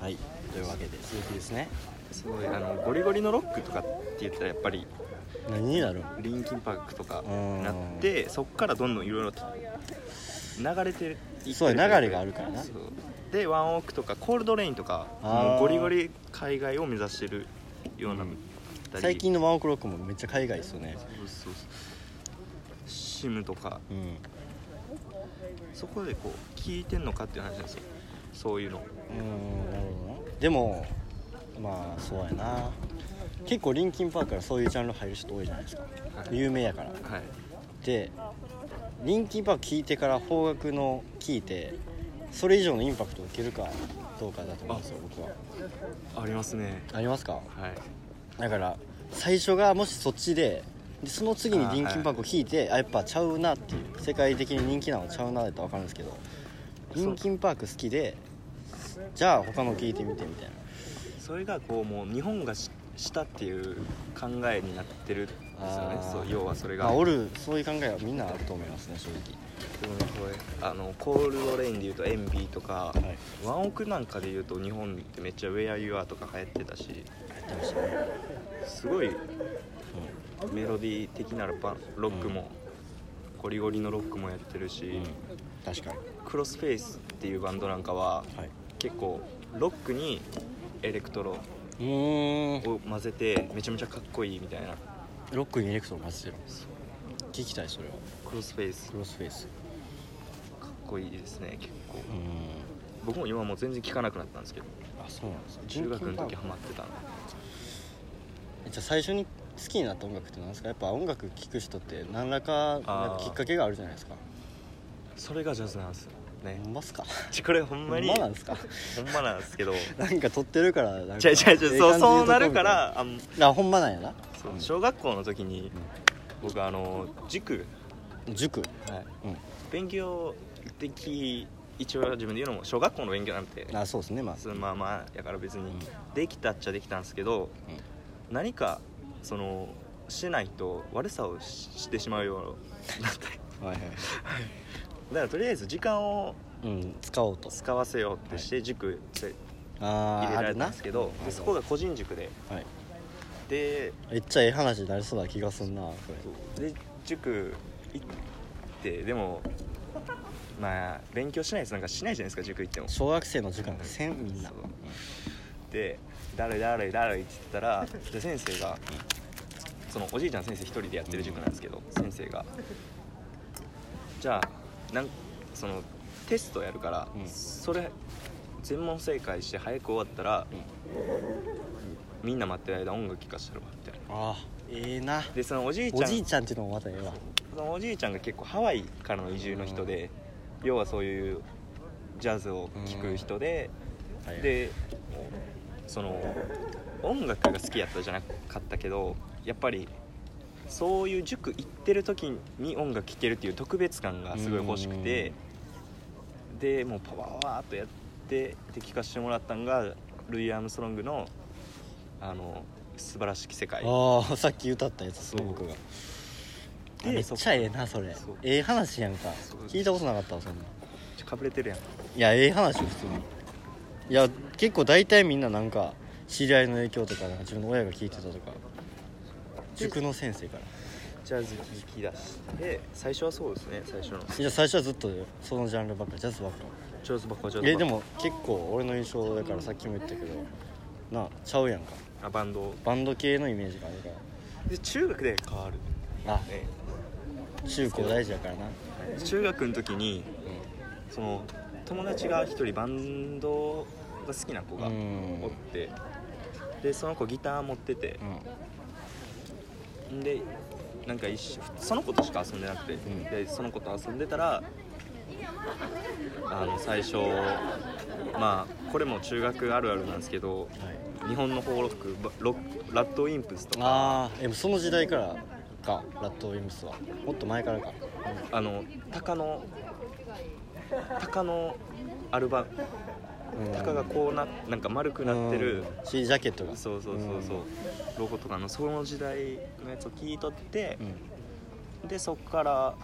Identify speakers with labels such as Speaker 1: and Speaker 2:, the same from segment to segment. Speaker 1: はいというわけで鈴木ですね
Speaker 2: すごいあのゴリゴリのロックとかって言ったらやっぱり
Speaker 1: 何になる
Speaker 2: リンキンパークとか
Speaker 1: うん
Speaker 2: なってそっからどんどんいろいろと流れてるいってる
Speaker 1: そうや流れがあるからな
Speaker 2: そうでワンオークとかコールドレインとか
Speaker 1: あー
Speaker 2: もうゴリゴリ海外を目指してるような、
Speaker 1: うん最近のワンオクロックもめっちゃ海外ですよね
Speaker 2: そうそうそうシムとか
Speaker 1: うん
Speaker 2: そこでこう聞いてんのかっていう話なんですよそういうの
Speaker 1: うんなるほどなでもまあそうやな結構リンキンパークからそういうジャンル入る人多いじゃないですか
Speaker 2: はい、
Speaker 1: 有名やから
Speaker 2: はい、
Speaker 1: でリンキンパーク聞いてから方角の聞いてそれ以上のインパクトを受けるかどうかだと思うんですよ僕は
Speaker 2: ありますね
Speaker 1: ありますか
Speaker 2: はい
Speaker 1: だから最初がもしそっちででその次にリンキンパークを弾いてあ,、やっぱちゃうなっていう世界的に人気なのちゃうなって分かるんですけどリンキンパーク好きでじゃあ他の聴いてみてみたい
Speaker 2: それがこうもう日本がししたっていう考えになってるんですよね
Speaker 1: あー
Speaker 2: そう要はそれ
Speaker 1: な、
Speaker 2: が
Speaker 1: まあ、おるそういう考えはみんなあると思いますね正
Speaker 2: でもねこれあのコールドレインでいうとエンビーとか、
Speaker 1: 直はい
Speaker 2: ワンオクなんかでいうと日本ってめっちゃ「Where You Are」とか流行ってたし
Speaker 1: やってましたね、
Speaker 2: すごいメロディー的なパンロックも、ゴリゴリのロックもやってるし、
Speaker 1: うんうん、確かに
Speaker 2: クロスフェイスっていうバンドなんかは
Speaker 1: はい
Speaker 2: 結構ロックにエレクトロ
Speaker 1: うーん
Speaker 2: を混ぜてめちゃめちゃかっこいいみたいな
Speaker 1: ロックにエレクトロマジで
Speaker 2: そう
Speaker 1: 聞きたいそれは
Speaker 2: クロスフェイス
Speaker 1: クロスフェイス
Speaker 2: かっこいいですね結
Speaker 1: う
Speaker 2: 構
Speaker 1: ーん
Speaker 2: 僕も今もう全然聴かなくなったんですけど
Speaker 1: あそうなんですね
Speaker 2: 中学の時
Speaker 1: リンキンパー
Speaker 2: ハ
Speaker 1: ク
Speaker 2: マってたんで
Speaker 1: えじゃあ最初に好きになった音楽って何ですかやっぱ音楽聴く人って何らかなんかきっかけがあるじゃないですか
Speaker 2: それがジャズなんですよね
Speaker 1: ほんますか
Speaker 2: ちこれ ほんまに
Speaker 1: ほんまなん ですか
Speaker 2: ほんまなんですけど違
Speaker 1: なんか撮ってるからなん
Speaker 2: う違う
Speaker 1: か
Speaker 2: 違
Speaker 1: え
Speaker 2: う
Speaker 1: え
Speaker 2: そう
Speaker 1: 感じで言
Speaker 2: そう
Speaker 1: とこ
Speaker 2: な
Speaker 1: みたい
Speaker 2: るからあん
Speaker 1: あほんまなんやな
Speaker 2: そう
Speaker 1: うん
Speaker 2: 小学校の時に僕あの塾、
Speaker 1: 塾
Speaker 2: はい
Speaker 1: うん
Speaker 2: 勉強的一応自分で言うのも小学校の勉強なんて
Speaker 1: あそうですねまあ
Speaker 2: そのまあまあやから別に
Speaker 1: うん
Speaker 2: できたっちゃできたんですけど何かそのしてないと悪さをししてしまうようになったり
Speaker 1: うんはいはい
Speaker 2: だからとりあえず時間を
Speaker 1: うん使おうと
Speaker 2: 使わせようってして塾せ
Speaker 1: あ
Speaker 2: 入
Speaker 1: あ
Speaker 2: れ
Speaker 1: あ
Speaker 2: られ
Speaker 1: る
Speaker 2: たん
Speaker 1: な
Speaker 2: ですけど
Speaker 1: うん
Speaker 2: でそこが個人塾で
Speaker 1: はい
Speaker 2: で
Speaker 1: めっちゃええ話になりそうな気がすんなこれ
Speaker 2: で塾行ってでもまあ勉強しないやつなんかしないじゃないですか塾行っても
Speaker 1: 小学生の塾なんかせんみんな
Speaker 2: そうで「だるいだるいだるい」って言ってたらで先生がそのおじいちゃん先生一人でやってる塾なんですけど先生が「じゃあなんそのテストやるから、
Speaker 1: うん
Speaker 2: それ全問正解して早く終わったら、みんな待ってる間音楽聴かしてるわ」みたいな
Speaker 1: ああええな
Speaker 2: でそのおじいち
Speaker 1: お
Speaker 2: ゃん
Speaker 1: じいちゃんっていうのもまたええわ
Speaker 2: そのおじいちゃんが結構ハワイからの移住の人で、要はそういうジャズを聴く人で、
Speaker 1: はい
Speaker 2: でその音楽が好きやったじゃなかったけどやっぱりそういう塾行ってる時に音楽聴けるっていう特別感がすごい欲しくてでもうパワーワーっとやってで聴かせてもらったんがルイ・アームストロングの「あの素晴らしき世界」
Speaker 1: ああさっき歌ったやつですね
Speaker 2: そう
Speaker 1: 僕が
Speaker 2: で
Speaker 1: あめっちゃええなそれ
Speaker 2: そう
Speaker 1: ええ話やんか
Speaker 2: そう
Speaker 1: 聞いたことなかったわそんなん
Speaker 2: かぶれてるやん
Speaker 1: いやええ話よ普通にいや結構大体みんななんか知り合いの影響とかなんか自分の親が聞いてたとか塾の先生から
Speaker 2: ジャズ聴き出して最初はそうですね最初の
Speaker 1: じゃあ最初はずっとそのジャンルばっかりジャズばっか
Speaker 2: ジャズばっかジャズばっ
Speaker 1: り
Speaker 2: か
Speaker 1: えでも結構俺の印象だからさっきも言ったけどなあちゃうやんか
Speaker 2: あバンド
Speaker 1: バンド系のイメージがあるか
Speaker 2: で中学で変わる、
Speaker 1: らあ
Speaker 2: ね
Speaker 1: 中高大事やからな
Speaker 2: 中学の時にその友達が一人バンドが好きな子が
Speaker 1: う
Speaker 2: おっ
Speaker 1: ん
Speaker 2: てでその子ギター持ってて
Speaker 1: うん
Speaker 2: んでなんか一緒その子としか遊んでなくて、
Speaker 1: ん
Speaker 2: でその子と遊んでたらあの最初まあこれも中学あるあるなんですけど
Speaker 1: はい
Speaker 2: 日本のフォーロックばロックラッドウィンプスとか
Speaker 1: ああでもその時代からかラットウィムスはもっと前からか
Speaker 2: あの鷹の鷹のアルバ
Speaker 1: うん
Speaker 2: 鷹がこうななんか丸くなってる
Speaker 1: うんしジャケットが
Speaker 2: そうそうそうそうロゴとかのその時代のやつを聞いとって
Speaker 1: うん、
Speaker 2: でそっから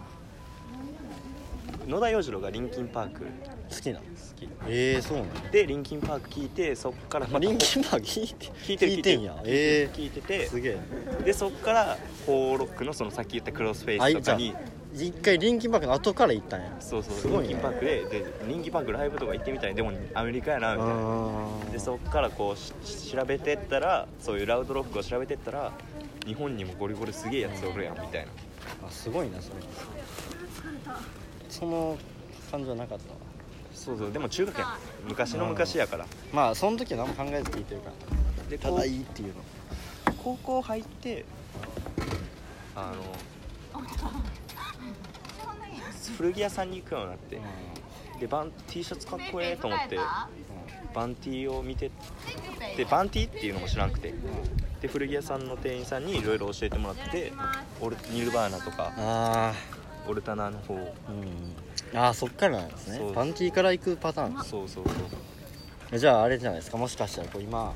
Speaker 2: 野田洋次郎がリンキンパーク好
Speaker 1: 好きなの
Speaker 2: き
Speaker 1: ええそうなの、
Speaker 2: でリンキンパーク聞いてそっから
Speaker 1: まあ、
Speaker 2: また
Speaker 1: リンキンパーク聞いて
Speaker 2: 聞いてる
Speaker 1: 聞いてんやえ
Speaker 2: 聞いて
Speaker 1: え
Speaker 2: て
Speaker 1: すげえ
Speaker 2: でそっからホーロックのそのさっき言ったクロスフェイスとかに
Speaker 1: 一回リンキンパークの後から行ったんや
Speaker 2: そうそう
Speaker 1: すごいね
Speaker 2: リンキンパークででリンキンパークライブとか行ってみたいでもアメリカやなみたいなでそっからこうしし調べてったらそういうラウドロックを調べてったら日本にもゴリゴリすげえやつおるやんみたいな
Speaker 1: あすごいなそれその感じはなかったわ
Speaker 2: そうそうでも中学やん昔の昔やから
Speaker 1: まあその時は何も考えず聞いてるから
Speaker 2: で
Speaker 1: た
Speaker 2: こ
Speaker 1: だ
Speaker 2: う
Speaker 1: いいっていうの
Speaker 2: 高校入ってあの古着屋さんに行くようになってでバン T シャツかっこええと思ってバン T を見てでバン T っていうのも知らんくてで古着屋さんの店員さんにいろいろ教えてもらってオルニルバーナとか
Speaker 1: あ
Speaker 2: オルタナの方
Speaker 1: あうんああそっからなんです
Speaker 2: そう
Speaker 1: ねパンティーから行くパターンです
Speaker 2: そうそうそう
Speaker 1: えじゃああれじゃないですかもしかしたらこう今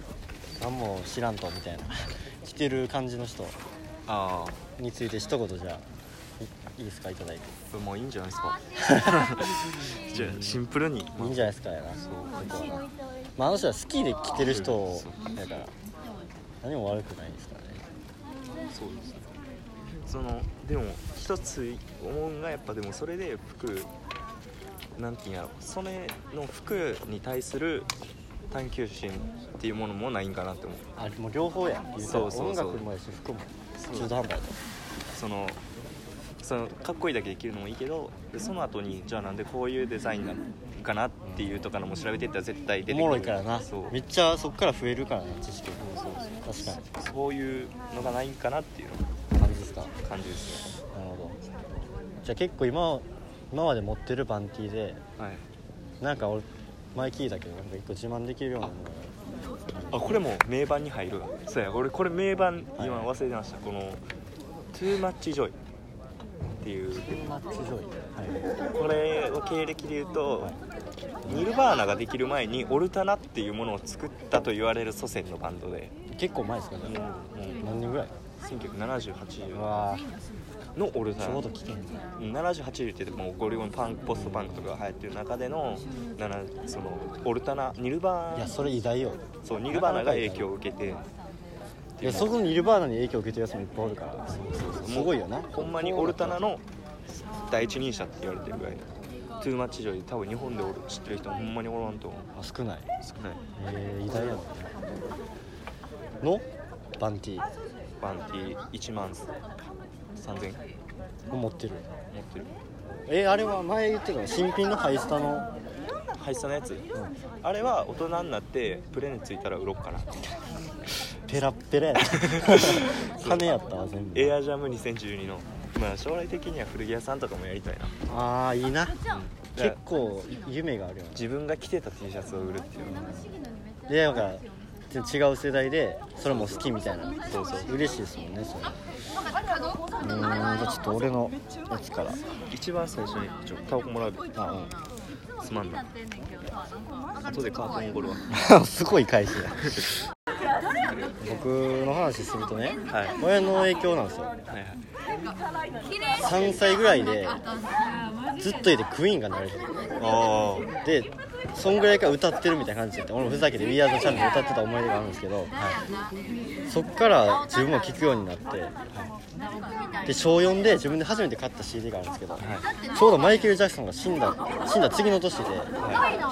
Speaker 1: 何も知らんとみたいな 来てる感じの人
Speaker 2: あ
Speaker 1: について一言じゃあいいいですかいただいて
Speaker 2: あもういいんじゃないで すかじゃあシンプルに
Speaker 1: いいんじ
Speaker 2: ゃ
Speaker 1: ゃないですかやな
Speaker 2: そう
Speaker 1: 僕はなまああの人は好きで来てる人だから何も悪くないですからね
Speaker 2: そうですねそのでも一つ思うんがやっぱでもそれで服なんていうんやろそれの服に対する探求心っていうものもないんかなって思う
Speaker 1: あもう両方やん言うたら
Speaker 2: そうそうそう
Speaker 1: 音楽もやし服も
Speaker 2: そう
Speaker 1: 中途半端や
Speaker 2: そのそのかっこいいだけできるのもいいけどでその後にじゃあなんでこういうデザインなのかなっていうとかのも調べていったら絶対出
Speaker 1: と
Speaker 2: て
Speaker 1: おも
Speaker 2: くる
Speaker 1: ろいからな
Speaker 2: そう
Speaker 1: めっちゃそっから増えるからな知識
Speaker 2: そう
Speaker 1: 確か
Speaker 2: そうそういうのがないんかなっていう
Speaker 1: に感じですかなる
Speaker 2: 感じですね
Speaker 1: ほどじゃあ結構今今まで持ってるバンティーで
Speaker 2: はい
Speaker 1: なんか俺前聞いたけどなんか一個自慢できるようなものが
Speaker 2: あこれも名盤に入るわそうや俺これ名盤
Speaker 1: はい
Speaker 2: 今忘れてましたこの「Too Much Joy」っていう
Speaker 1: マッチ上位はい
Speaker 2: これを経歴で言うと
Speaker 1: はい
Speaker 2: ニルバーナができる前にオルタナっていうものを作ったと言われる祖先のバンドで
Speaker 1: 結構前ですかじ
Speaker 2: も
Speaker 1: ゃ
Speaker 2: うも
Speaker 1: あ
Speaker 2: う
Speaker 1: 何年ぐらい
Speaker 2: 1978
Speaker 1: うわ
Speaker 2: のオル
Speaker 1: ー
Speaker 2: タ
Speaker 1: ちょ
Speaker 2: ナ
Speaker 1: うど危険
Speaker 2: 78って言ってもうゴリゴリパンクポストパンクとか流行ってる中でのななそのオルタナニルバ
Speaker 1: いや
Speaker 2: ー
Speaker 1: それ偉大よ
Speaker 2: そうニルバーナが影響を受けて
Speaker 1: いやそこのニルバーナに影響を受けてるやつもいっぱいおるからすごいよな
Speaker 2: ほんまにオルタナの第一人者って言われてるぐらいトゥーマッチ上で多分日本でおる知ってる人ほんまにおらんと思う
Speaker 1: あ少ない
Speaker 2: 少ない
Speaker 1: えー、偉大やなのバンティ
Speaker 2: バンティ1万3000
Speaker 1: を持ってる
Speaker 2: 持ってる
Speaker 1: えー、あれは前言ってたの新品のハイスタの
Speaker 2: ハイスタのやつ、あれは大人になってプレネついたら売ろっかな
Speaker 1: ペラッペラやな金やったわ全部
Speaker 2: エアジャム2012のまあ将来的には古着屋さんとかもやりたいな
Speaker 1: ああいいな
Speaker 2: じゃ
Speaker 1: 結
Speaker 2: あ
Speaker 1: 構夢があるよね
Speaker 2: 自分が着てた T シャツを売るっていう
Speaker 1: でなんか違う世代でそれも好きみたいな
Speaker 2: そうそう
Speaker 1: 嬉しいですもんねそれうーんじゃあちょっと俺のやつから
Speaker 2: 一番最初にちょタバコもらうで
Speaker 1: あうん
Speaker 2: すまんな後でカートにおごるわ
Speaker 1: すごい返しだ僕の話するとね、
Speaker 2: はい
Speaker 1: 親の影響なんですよ
Speaker 2: はいはい
Speaker 1: 3歳ぐらいでずっといてクイーンが慣れてる
Speaker 2: あ
Speaker 1: でそんぐらいから歌ってるみたいな感じで俺もふざけて「We Are the Champion」歌ってた思い出があるんですけど、そっから自分も聴くようになって、で小4で自分で初めて買った CD があるんですけど、ちょうどマイケル・ジャクソンが死んだ死んだ次の年で、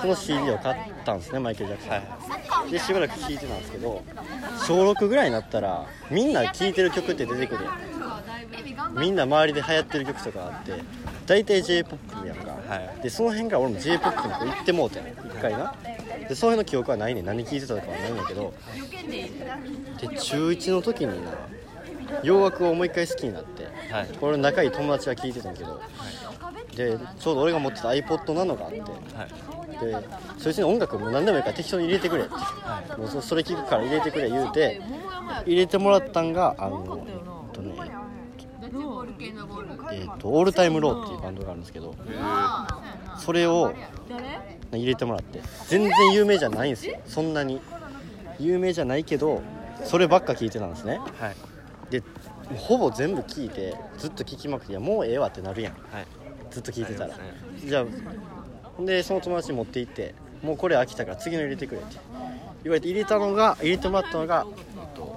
Speaker 1: その CD を買ったんですねマイケル・ジャクソン、でしばらく聴いてたんですけど小6ぐらいになったらみんな聴いてる曲って出てくるやんみんな周りで流行ってる曲とかあって大体 j p o p やんか、
Speaker 2: は
Speaker 1: でその辺から俺も j p o p にこう行ってもうてん一回なでその辺の記憶はないねん何聴いてたとかはないんだけどで中1の時にな洋楽をもう一回好きになって、
Speaker 2: はい
Speaker 1: これ仲いい友達が聴いてたんやけど、でちょうど俺が持ってた iPod なのがあって、
Speaker 2: あはい
Speaker 1: でそいつに音楽も何でもいいから適当に入れてくれって、もうそそれ聞くから入れてくれ言うて入れてもらったんがあのえっとねえっとオールタイムローっていうバンドがあるんですけどそれを入れてもらって全然有名じゃないんですよそんなに有名じゃないけどそればっか聞いてたんですね
Speaker 2: はい
Speaker 1: でほぼ全部聞いてずっと聞きまくっていやもうええわってなるやん
Speaker 2: はい
Speaker 1: ずっと聞いてたら
Speaker 2: ありますね
Speaker 1: じゃあほんでその友達に持って行って「もうこれ飽きたから次の入れてくれ」って言われて入れたのが入れてもらったのがえっと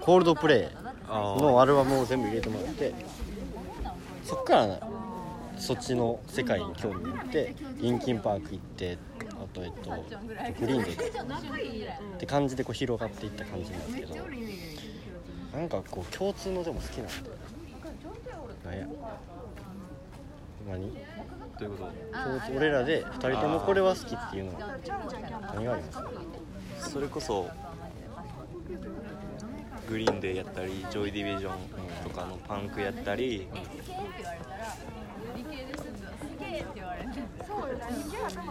Speaker 1: コールドプレイ
Speaker 2: あー
Speaker 1: のアルバムを全部入れてもらってそっからそっちの世界に興味持ってリンキンパーク行ってあとえっとグリーンデーかって感じでこう広がっていった感じなんですけどなんかこう共通のでも好きなんでなんやほんまに
Speaker 2: ということ
Speaker 1: 共通俺らで2人ともこれは好きっていうのは何がありますか
Speaker 2: それこそグリーンデーやったりジョイ・ディビジョンとかのパンクやったり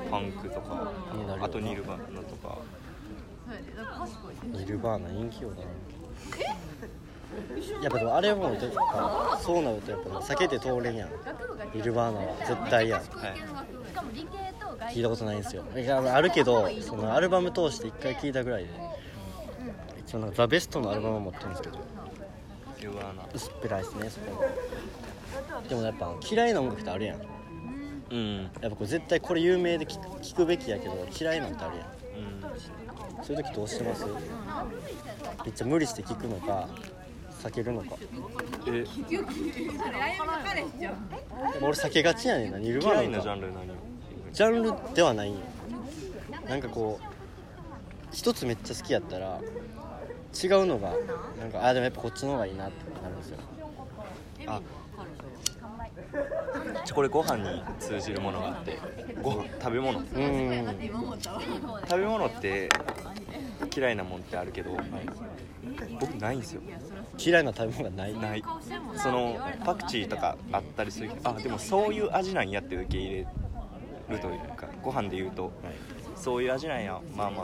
Speaker 2: パンクとか
Speaker 1: になるよな
Speaker 2: あとニルバーナとか
Speaker 1: ニルバーナ人気よだなやっぱでもあれはもうてかそうなるとやっぱ避けて通れんやんニルバーナは絶対やん聞いたことないんですよいやあるけどそのアルバム通して1回聞いたぐらいで一応なんかザ・ベストのアルバムを持ってるんですけど
Speaker 2: ニルバーナ
Speaker 1: 薄っぺらいですねそこでもやっぱ嫌いな音楽ってあるやんやっ
Speaker 2: うんうん
Speaker 1: ぱこう絶対これ有名で聞く聞くべきやけど嫌いなんてあるやんそういう時どうしてますめっちゃ無理して聞くのか避けるのか
Speaker 2: え
Speaker 1: 俺避けがちやねんなニルバ
Speaker 2: 嫌い
Speaker 1: ーナ
Speaker 2: な
Speaker 1: と
Speaker 2: ジャ
Speaker 1: か
Speaker 2: ンル何
Speaker 1: ジャンルではないんよなんかこう一つめっちゃ好きやったら違うのがなんかあでもやっぱこっちの方がいいなってなるんですよ
Speaker 2: あじゃこれご飯に通じるものがあってご飯食べ物
Speaker 1: うーん
Speaker 2: 食べ物って嫌いなもんってあるけど、僕ないんですよ
Speaker 1: 嫌いな食べ物がない
Speaker 2: ないそのパクチーとかあったりするけどあでもそういう味なんやって受け入れるというかご飯で言うとそういう味なんやまあま